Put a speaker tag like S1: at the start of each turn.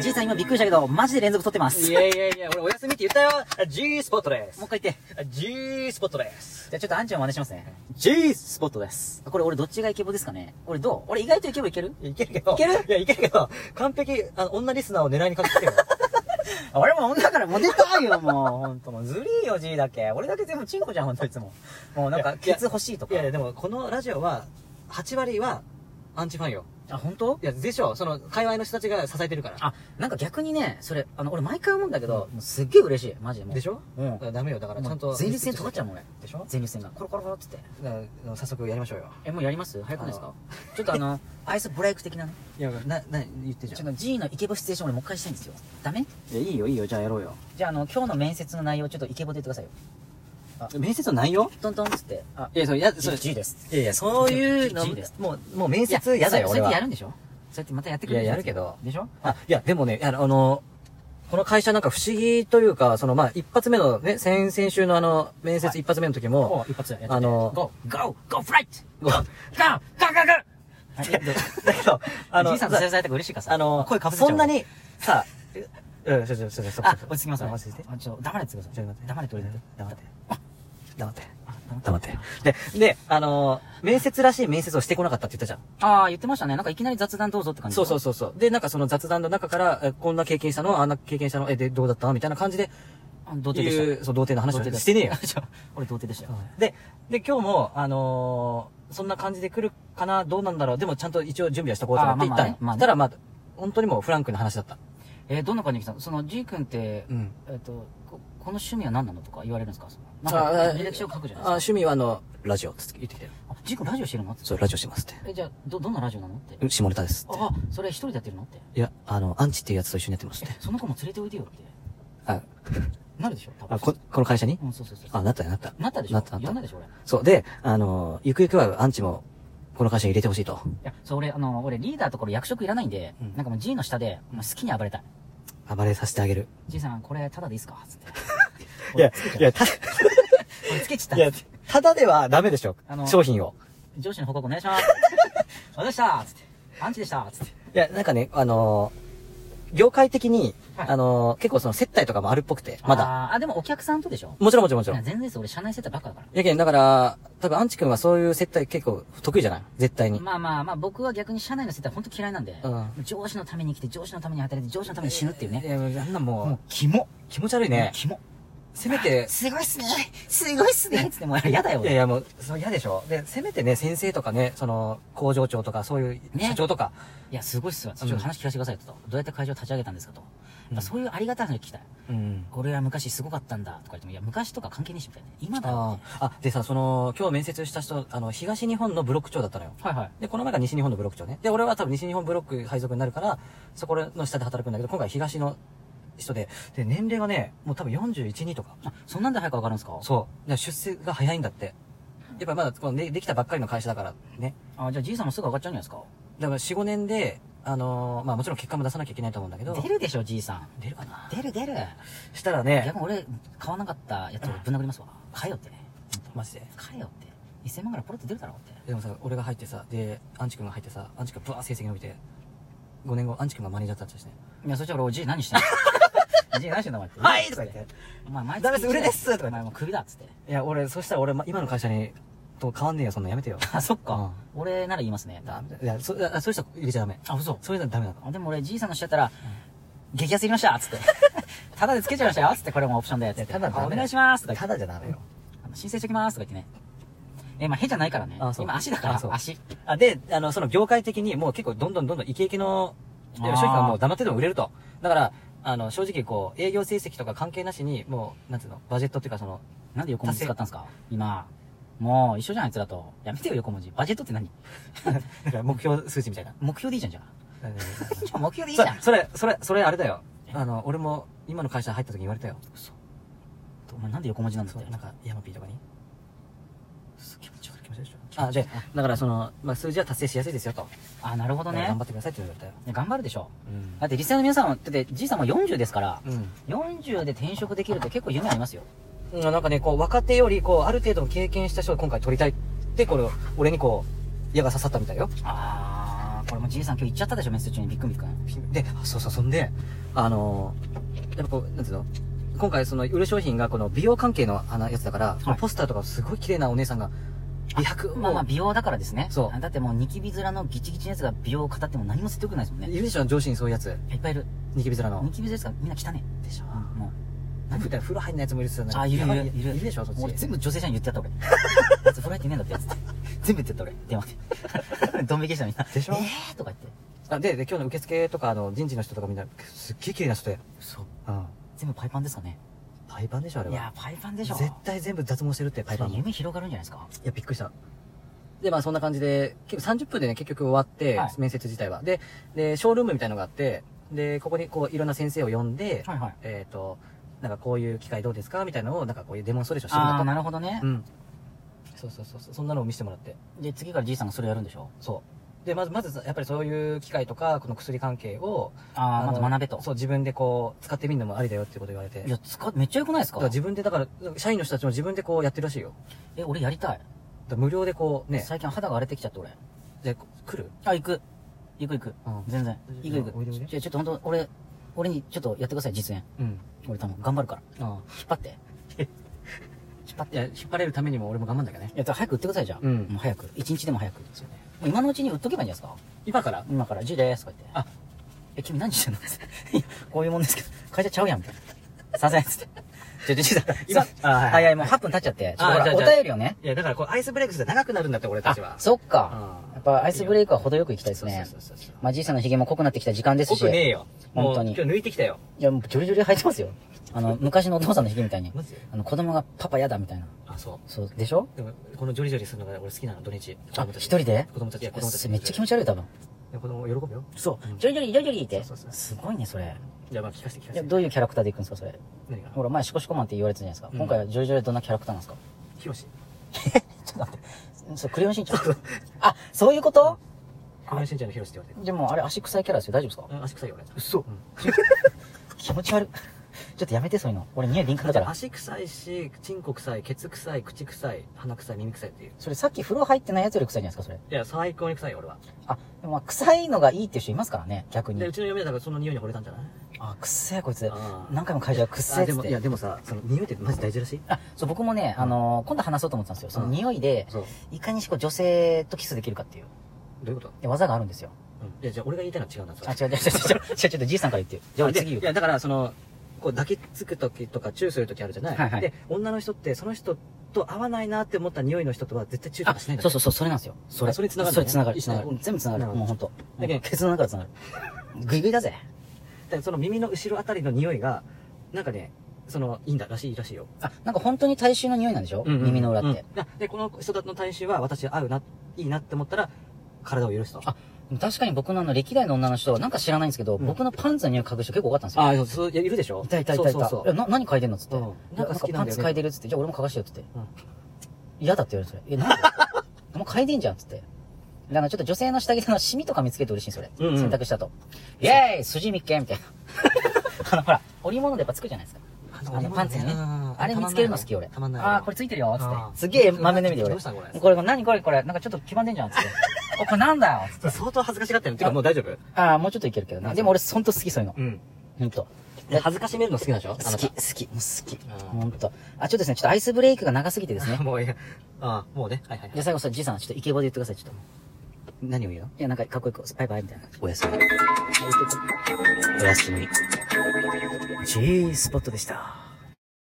S1: じいさん今びっくりしたけど、マジで連続撮ってます。
S2: い
S1: もう
S2: やいやいや、俺お休みって言ったよ。G スポットです。
S1: 一回言って。
S2: G スポットです。
S1: じゃあちょっとアンちゃん真似しますね。
S2: G スポットです。
S1: これ俺どっちがイケボですかね俺どう俺意外とイケボいける
S2: いやいけるけど。
S1: いける
S2: いや、いけるけど、完璧、あの、女リスナーを狙いにかけてるよ。
S1: あ俺も女だからモテたいよ、もう。ほんと、もうずりーよ、じいだけ。俺だけ全部チンコじゃん、ほんといつも。もうなん
S2: い
S1: か、
S2: や
S1: ケツ欲しいと
S2: い
S1: か
S2: やい。や、でもこのラジオは、8割は、アンチファンよ。
S1: あ、ほんと
S2: いや、でしょ、その、界隈の人たちが支えてるから。
S1: あ、なんか逆にね、それ、あの、俺毎回思うんだけど、
S2: う
S1: もうすっげえ嬉しい。マジでもう。
S2: でし
S1: ょ
S2: ょ
S1: うん
S2: だ。からダメよ、だからちゃん
S1: も
S2: と。
S1: う前立腺尖っちゃうもん、俺。
S2: でしょ
S1: 前立腺が。コロコロコロってって。
S2: だから早速やりましょうよ。
S1: え、もうやります早くないです
S2: あ
S1: か
S2: の
S1: ちょっとあの、アイスブレイク的なね。
S2: いや、な、な、言ってじ
S1: ち
S2: ゃ
S1: ょっと G のイケボシチュエーション俺もう一回したいんですよ。ダメ
S2: ん。いや、いいよ、いいよ、じゃあやろうよ。
S1: じゃあ、あの、今日の面接の内容、ちょっとイケボで言ってくださいよ。
S2: 面接の内容
S1: トントンっつって、あ、
S2: いや、そう、いや、
S1: G
S2: そう、
S1: G です。
S2: いやいや、そういうの
S1: G です、
S2: もう、もう
S1: い
S2: 面
S1: や
S2: 接やだよ、
S1: そ
S2: 俺
S1: うやって
S2: は。
S1: やるんでしょそうやってまたやってくれる
S2: いや
S1: で
S2: やる
S1: しょ
S2: けど
S1: でしょ
S2: あ、いや、でもね、あの、あのこの会社なんか不思議というか、その、まあ、一発目のね、先々週のあの、
S1: は
S2: 面接
S1: い
S2: 一発目の時も、
S1: 一発や
S2: あの
S1: Go! Go! Go! Flight! Go! Go! Go! Go! Go!
S2: だけど、あの、
S1: じいさんと制されたら嬉しいからさ。
S2: あの、
S1: 声かぶせちゃう。
S2: そんな。に、さ、うん、ちょ、ちょ、ちょ、ちょ、
S1: あ、落ち着きますね。
S2: 落ち着いて。
S1: あちょっと黙れって言ってください。黙れって俺で。
S2: 黙って。黙って。
S1: あ
S2: 黙って。で、で、あの、面接らしい面接をしてこなかったって言ったじゃん。
S1: あー、言ってましたね。なんかいきなり雑談どうぞって感じ。
S2: そうそうそうそう。で、なんかその雑談の中から、えこんな経験したのあんな経験したのえ、で、どうだったみたいな感じで、
S1: あ童貞でした。
S2: いうそう、童貞の話
S1: 童貞
S2: を
S1: で
S2: してねえよ。
S1: ちょ俺童貞でしたよ。
S2: で、で、今日も、あのーそんな感じで来るかな、どうなんだろう。でもちゃんと一応準備はしとこうと思って
S1: あ
S2: 行
S1: ま
S2: っ
S1: あまあねまあ
S2: たの。
S1: ね
S2: そしたら、まあ、本当にもうフランクな話だった。
S1: えー、どんな感じで来たのその、G 君って、
S2: ん。
S1: えっと、ここの趣味は何なのとか言われるんですかその
S2: あ
S1: なん
S2: あ
S1: か、履歴書を書くじゃ
S2: あ
S1: ないです
S2: 趣味はあの、ラジオって言ってきてる。
S1: か。あ、ジー君ラジオしてるのって。
S2: そう、ラジオしてますって。
S1: え、じゃあ、ど、どんなラジオなのって
S2: う。ん下ネタですって。
S1: あ、それ一人でやってるのって。
S2: いや、あの、アンチっていうやつと一緒にやってますって
S1: え。、その子も連れておいでよって。
S2: あ、
S1: なるでしょ多分
S2: あここの会社に
S1: うん、そうそうそう。
S2: あ、なったよ、なった。
S1: なったでしょ
S2: なった、
S1: や
S2: なん
S1: な
S2: っ
S1: い
S2: た。
S1: でしょ俺。い
S2: そう、で、あの、ゆくゆくはアンチも、この会社に入れてほしいと。
S1: や、そう、俺、あの、俺リーダーところ役職いらないんで、
S2: うん
S1: なんかもう G の下で、もう好きに暴れたい。
S2: 暴れさせてあげる。
S1: G さん、これ、タダでいいっすかつって。
S2: い や
S1: 俺つけちゃっ、
S2: いや、た、
S1: た。俺つけちゃ
S2: い
S1: った
S2: や。、ただではダメでしょ
S1: あ。の
S2: 商品を。
S1: 上司の報告お願いします。 私でしたつって。アンチでしたつって。
S2: いや、なんかね、あのー業界的に、
S1: はい
S2: あのー結構その接待とかもあるっぽくて、まだ。
S1: あー。あ、でもお客さんとでしょ
S2: もちろんもちろんもち
S1: い
S2: ろ
S1: や
S2: ん。
S1: 全然です。俺、社内接待ばっかだから。
S2: やけん、だから、多分アンチ君はそういう接待結構得意じゃない絶対に。
S1: まあまあまあ、僕は逆に社内の接待本当嫌いなんで、
S2: う
S1: 上司のために生きて、上司のために働いて、上司のために死ぬっていうね。
S2: や、あんな
S1: もう
S2: も、
S1: キモ。
S2: う、気持ち悪いね。
S1: キモ。
S2: せめて、
S1: すごいっすね。すごいっすね。つってもう嫌だよ、
S2: いや
S1: 俺。
S2: いやもう、そう嫌でしょ。で、せめてね、先生とかね、その、工場長とか、そういう、
S1: ね
S2: 社長とか、
S1: いや、すごいっすよ。ちょっと話聞かせてくださいと。どうやって会場立ち上げたんですかと。やっぱそういうありがたい話聞きたい。
S2: うん。
S1: 俺ら昔すごかったんだとか言っても、いや、昔とか関係ねえしみたいな。今だよ
S2: あ。ーあ、でさ、その、今日面接した人、あの、東日本のブロック長だったのよ。
S1: はいはい。
S2: で、この前が西日本のブロック長ね。で、俺は多分西日本ブロック配属になるから、そこの下で働くんだけど、今回東の人で、で、年齢がね、もう多分41、2とか。
S1: あ、そんなんで早くわかるんですか
S2: そう。で出世が早いんだって。やっぱまだこのでできたばっかりの会社だからね。
S1: あ、じゃあじいさんもすぐわかっちゃうんじゃないで
S2: だから4、5年で、あのーまあもちろん結果も出さなきゃいけないと思うんだけ
S1: す
S2: ど
S1: か。出るでしょ、じいさん。
S2: 出るかな
S1: 出る出る。
S2: したらね、
S1: 逆に俺、買わなかったやつ俺ぶん殴りますわ。買えよって。
S2: マジで。
S1: 買えよって。1000万ぐらいポロッと出るだろうって。
S2: でもさ、俺が入ってさ、で、アンチ君が入ってさ、アンチ君ブワー成績伸びて、5年後、アンチ君がマネージャーだったりしてね。
S1: いや、そしたら俺、おじい何してんの おじい何してんのお前って。
S2: はいとか言って。
S1: お前、毎月
S2: ダメです売れですとか言って
S1: お前もうクビだっつって。
S2: いや、俺、そしたら俺、ま今の会社に、と変わんねえよ、そんなやめてよ。
S1: あ、そっか。俺なら言いますね。
S2: ダメだ。いや、そ、あそういう人入れちゃダメ。
S1: あ、嘘。
S2: そういうのダメなの。
S1: あでも俺、じいさんのしちゃったら、激安いりましたっつって。 ただでつけちゃいましたよっつって、これもオプションだよっつって。
S2: ただダメ
S1: あお願いしますとか言って
S2: ただじゃダメよ。
S1: あの申請しときますとか言ってね。え、まあ、へじゃないからね。
S2: あそう
S1: 今、足だか
S2: あそう
S1: ら、足。
S2: あ、で、あの、その業界的にもう結構どんどんどんどんイケイケの、いや
S1: あー
S2: 商品がもう黙ってでも売れると。だから、あの、正直こう、営業成績とか関係なしに、もう、なんていうの、バジェットっていうかそ の、
S1: なんで横文字使ったんですか今。もう、一緒じゃん、あいつらと。やめてよ、横文字。バジェットって何
S2: なんか目標数値み たいな。
S1: 目標でいいじゃん、じゃあ。じゃあ目標でいいじ
S2: そ
S1: ゃん。
S2: それ、それ、それあれだよ。あの、俺も、今の会社入った時に言われたよ。
S1: お前なんで横文字なんだっ
S2: そう
S1: て。
S2: なんか、ヤマピーとかに。
S1: 気持ち悪い
S2: 気持ち悪いでしょあ、で、だからその、まあ、数字は達成しやすいですよと。
S1: あ、なるほどね。
S2: 頑張ってくださいって言われたよ。
S1: いや頑張るでしょ。
S2: うん
S1: だって、リスナーの皆さんは、だって、じいさんも40ですから、
S2: うん。
S1: 40で転職できるって結構夢ありますよ。
S2: うんなんかね、こう、若手より、こう、ある程度の経験した人を今回取りたいって、これ、俺にこう、矢が刺さったみたいよ。
S1: あ俺もじいさん今日行っちゃったでしょ、メッセージ中にビックンビックン。
S2: で、あそうそう、そんで、あのーやっぱこう、なんていうの今回その売る商品がこの美容関係のあのやつだから、
S1: はい
S2: ポスターとかすごい綺麗なお姉さんが、美白を、
S1: まあまあ美容だからですね。
S2: そう
S1: だってもうニキビ面のギチギチのやつが美容を語っても何も説得ないですもんね。
S2: いるでしょ上司にそういうやつ。
S1: いっぱいいる。
S2: ニキビ面の
S1: ニ。キビ面ですからみんな汚ね。
S2: でしょ。
S1: うん、も
S2: 何だよ風呂入んないやつもいるっすよね。
S1: う。あ、いるい
S2: やば
S1: るいる。
S2: いるでしょそっ
S1: もう俺
S2: ち。
S1: 全部女性社員言ってやった 俺。あいつ風呂入ってねえんだって やつって。全部言ってやった俺。電 話で。ドン引きしたみんな。
S2: でしょ
S1: えーとか言って。
S2: あで、で、今日の受付とか、あの、人事の人とかみんな、すっげえ綺麗な人で。
S1: そう。
S2: うん。
S1: 全部パイパンですかね。
S2: パイパンでしょ、あれ
S1: い
S2: は。
S1: や、パイパンでしょ。
S2: 絶対全部脱毛してるって、パイパン
S1: そ
S2: も。
S1: れ
S2: い
S1: 夢広がるんじゃないですか。
S2: や、びっくりした。で、まあそんな感じで、結構30分でね、結局終わって、
S1: はい
S2: 面接自体は。で、で、ショールームみたいのがあって、で、ここにこう、いろんな先生を呼んで、
S1: はいはい。
S2: えっ、と、なんかこういう機会どうですかみたいなのを、なんかこういうデモンストレーションしてるん
S1: ああ、
S2: だ
S1: なるほどね
S2: と。。うん。そうそうそうそう。そんなのを見せてもらって。
S1: で、次からじいさんがそれやるんでしょ。
S2: そう。で、まず、まず、やっぱりそういう機会とか、この薬関係を、
S1: ああ、ま
S2: の
S1: ず学べと。
S2: そう、自分でこう、使ってみるのもありだよっていうこと言われて。
S1: いや、使っ、めっちゃ良くないです
S2: だ
S1: か
S2: から自分で、だから、社員の人たちも自分でこうやってるらしいよ。
S1: え、俺やりたい。
S2: だから無料でこう、ね、
S1: 最近肌が荒れてきちゃって俺。
S2: で、こ来る
S1: あ、行く。行く行く。
S2: うん
S1: 全然。行く行
S2: おいで
S1: く。
S2: お
S1: ち
S2: いで
S1: ょ、ちょっと本当俺、俺にちょっとやってください、実演。
S2: うん。
S1: 俺多分頑張るから。
S2: あ
S1: 引っ張って。
S2: 引っ張って、いや引っ張れるためにも俺も頑張んなきゃね。
S1: いや、早く売ってください、じゃあ。
S2: うん
S1: もう早く。一日でも早く。もう今のうちに売っとけばいいんじゃないですか
S2: 今から
S1: 今から10です、とか言って。
S2: あ、
S1: え、君何してんのいやこういうもんですけど、会社ちゃうやん、みたいな。させんっつって。ちょ、 ちょ、ちょ、
S2: 今
S1: 今、
S2: あはい
S1: あ、いや、もう8分経っちゃって。ちょっと
S2: あじゃあ
S1: ほ
S2: じゃ
S1: ら
S2: あ
S1: お便りをね。
S2: いや、だからこう、アイスブレイクして長くなるんだって、俺たちは。
S1: そっか。
S2: うん
S1: やっぱアイスブレイクは程よく行きたいです
S2: そうそう
S1: ね
S2: そ。うそう。
S1: まあ、じいさんのヒゲも濃くなってきた時間です
S2: 濃
S1: し。
S2: くねえよ。も
S1: 本
S2: う
S1: 当
S2: 今
S1: に
S2: 日抜いてきたよ。
S1: いや、もうジョリジョリ生えてますよ。あ の、昔のお父さんのヒゲみたいに
S2: マジ。
S1: あの、子供がパパやだみたいな。
S2: あ、そ
S1: そう、でしょ
S2: う。でも、このジョリジョリするのが俺好きなの、土日。
S1: あ、
S2: 子供た
S1: 一
S2: ち
S1: 人で
S2: 子供たち、いや子供たち。
S1: めっちゃ気
S2: 持
S1: 持ち悪い、多分。
S2: ち。子供喜ぶよ。
S1: そうう。
S2: ん
S1: ジョリジョリ、ジョリジョリって
S2: そうそうそ。う
S1: すごいね、それ。
S2: じゃあ、まあ、聞かせて聞か
S1: いや、
S2: せて。
S1: どういうキャラクターで行くんですか、それ。
S2: 何が
S1: ほら、前、シコシコマンって言われてたじゃないですか。
S2: うん
S1: 今回はジョリジョリはどんなキャラクターなんですか
S2: ヒロシ。
S1: ちょっと待って。そう、クレヨンしんちゃん。あ、そういうこと
S2: クレヨンしんちゃんのヒロシって言われて
S1: でも、あれ、足臭いキャラですよ。大丈夫ですか
S2: るうん。足臭いよ、俺。 嘘。
S1: 気持ち悪い。 ちょっとやめて、そういうの。俺、匂い敏感だから。
S2: 足臭いし、チンコ臭い、ケツ臭い、口臭い、鼻臭い、耳臭いっていう。
S1: それ、さっき風呂入ってないやつより臭いじゃないですか、それ。
S2: いや、最高に臭いよ、俺は。
S1: あ、でもまあ、臭いのがいいっていう人いますからね、逆に
S2: で、う。ちの嫁だからその匂いに惚れたんじゃない
S1: あ、くっせえ、こいつ
S2: あ。ー
S1: 何回も会社くっせえ
S2: あ
S1: っ
S2: で
S1: つっ
S2: もいや
S1: て。
S2: でもさその匂いってマジ大事らしい
S1: あ、そう、僕もね、あのー、今度話そうと思ってたんですよ。その
S2: うん
S1: 匂いで、
S2: そう
S1: いかにしこう女性とキスできるかっていう。
S2: どういうこと、
S1: で技があるんですよ。
S2: うん、いやじゃあ俺が言いたいのは違うんだ
S1: あ、違う違う違う違う。違う、ちょっとじいさんから言ってよ。じゃあ俺
S2: で
S1: 次
S2: い
S1: 言う。
S2: やだからそのこう抱きつく時とかチューする時あるじゃない、
S1: はいはい
S2: で女の人ってその人と合わないなって思った匂いの人とは絶対チューと
S1: あ、
S2: かしないんだ
S1: そうそうそう、それなんですよ。それ。
S2: あそれ繋がる
S1: それ繋がる。
S2: 一緒
S1: 繋がる。全部繋が
S2: な
S1: る。
S2: るほど
S1: もうほんと。
S2: だけど
S1: ケツの中から繋がる。グイグイだぜ。
S2: でその耳の後ろあたりの匂いがなんかねそのいいんだらしいらしいよ、
S1: あ、なんか本当に大衆の匂いなんでしょ
S2: うんうん
S1: 耳の裏って。
S2: うんあでこの人との体臭は私合うないいなって思ったら体を許すと
S1: あでも確かに僕のあの、歴代の女の人はなんか知らないんですけど、
S2: うん
S1: 僕のパンツの匂い嗅ぐ人結構多かったんですよ。
S2: あそうそういやいるでしょ
S1: いたいたいたい
S2: そう
S1: た。
S2: そう
S1: い
S2: そう
S1: やな、何嗅いでんのっつって。
S2: うん
S1: な
S2: なんん
S1: か
S2: か好き
S1: パ
S2: なんだよね
S1: ンツ嗅いでるっつって、じゃあ俺も嗅がしてよっつって。
S2: うん
S1: 嫌だって言われて、え、なんで お前嗅いでんじゃんっつって。だからちょっと女性の下着のシミとか見つけると嬉しいそれ。
S2: うんうん
S1: 洗濯したと。イェーイ筋見っけみた いな。あの、ほら、織物でやっぱつくじゃないですか。あのパンツにね。あれ見つけるの好き俺。
S2: たまんない
S1: あーこれついてるよっつっ
S2: あー
S1: て。すげえ豆の意味で俺。
S2: どうしたのこれ
S1: これ何これこれ。なんかちょっと黄ばんでんじゃ んっつって。お、これなんだよっつって。
S2: 相当恥ずかしがってるのてかもう大丈夫
S1: ああ、もうちょっといけるけどね。でも俺ほんと好きそういうの。
S2: うん
S1: ほんと。
S2: 恥ずかしめるの好きなんでしょ
S1: 好き、好き、もう好き。
S2: あー
S1: ほんと。あ、ちょっとですね、ちょっとアイスブレイクが長すぎてです
S2: あな
S1: ね
S2: た。もういやあもうねはいはい
S1: じゃあ最後さ、じいさん、ちょっとイケボで言ってください、ちょっと。
S2: 何を言うの
S1: いや、なんかかっこよく、バイバイみたいな。
S2: おやすみおやすみ G スポットでした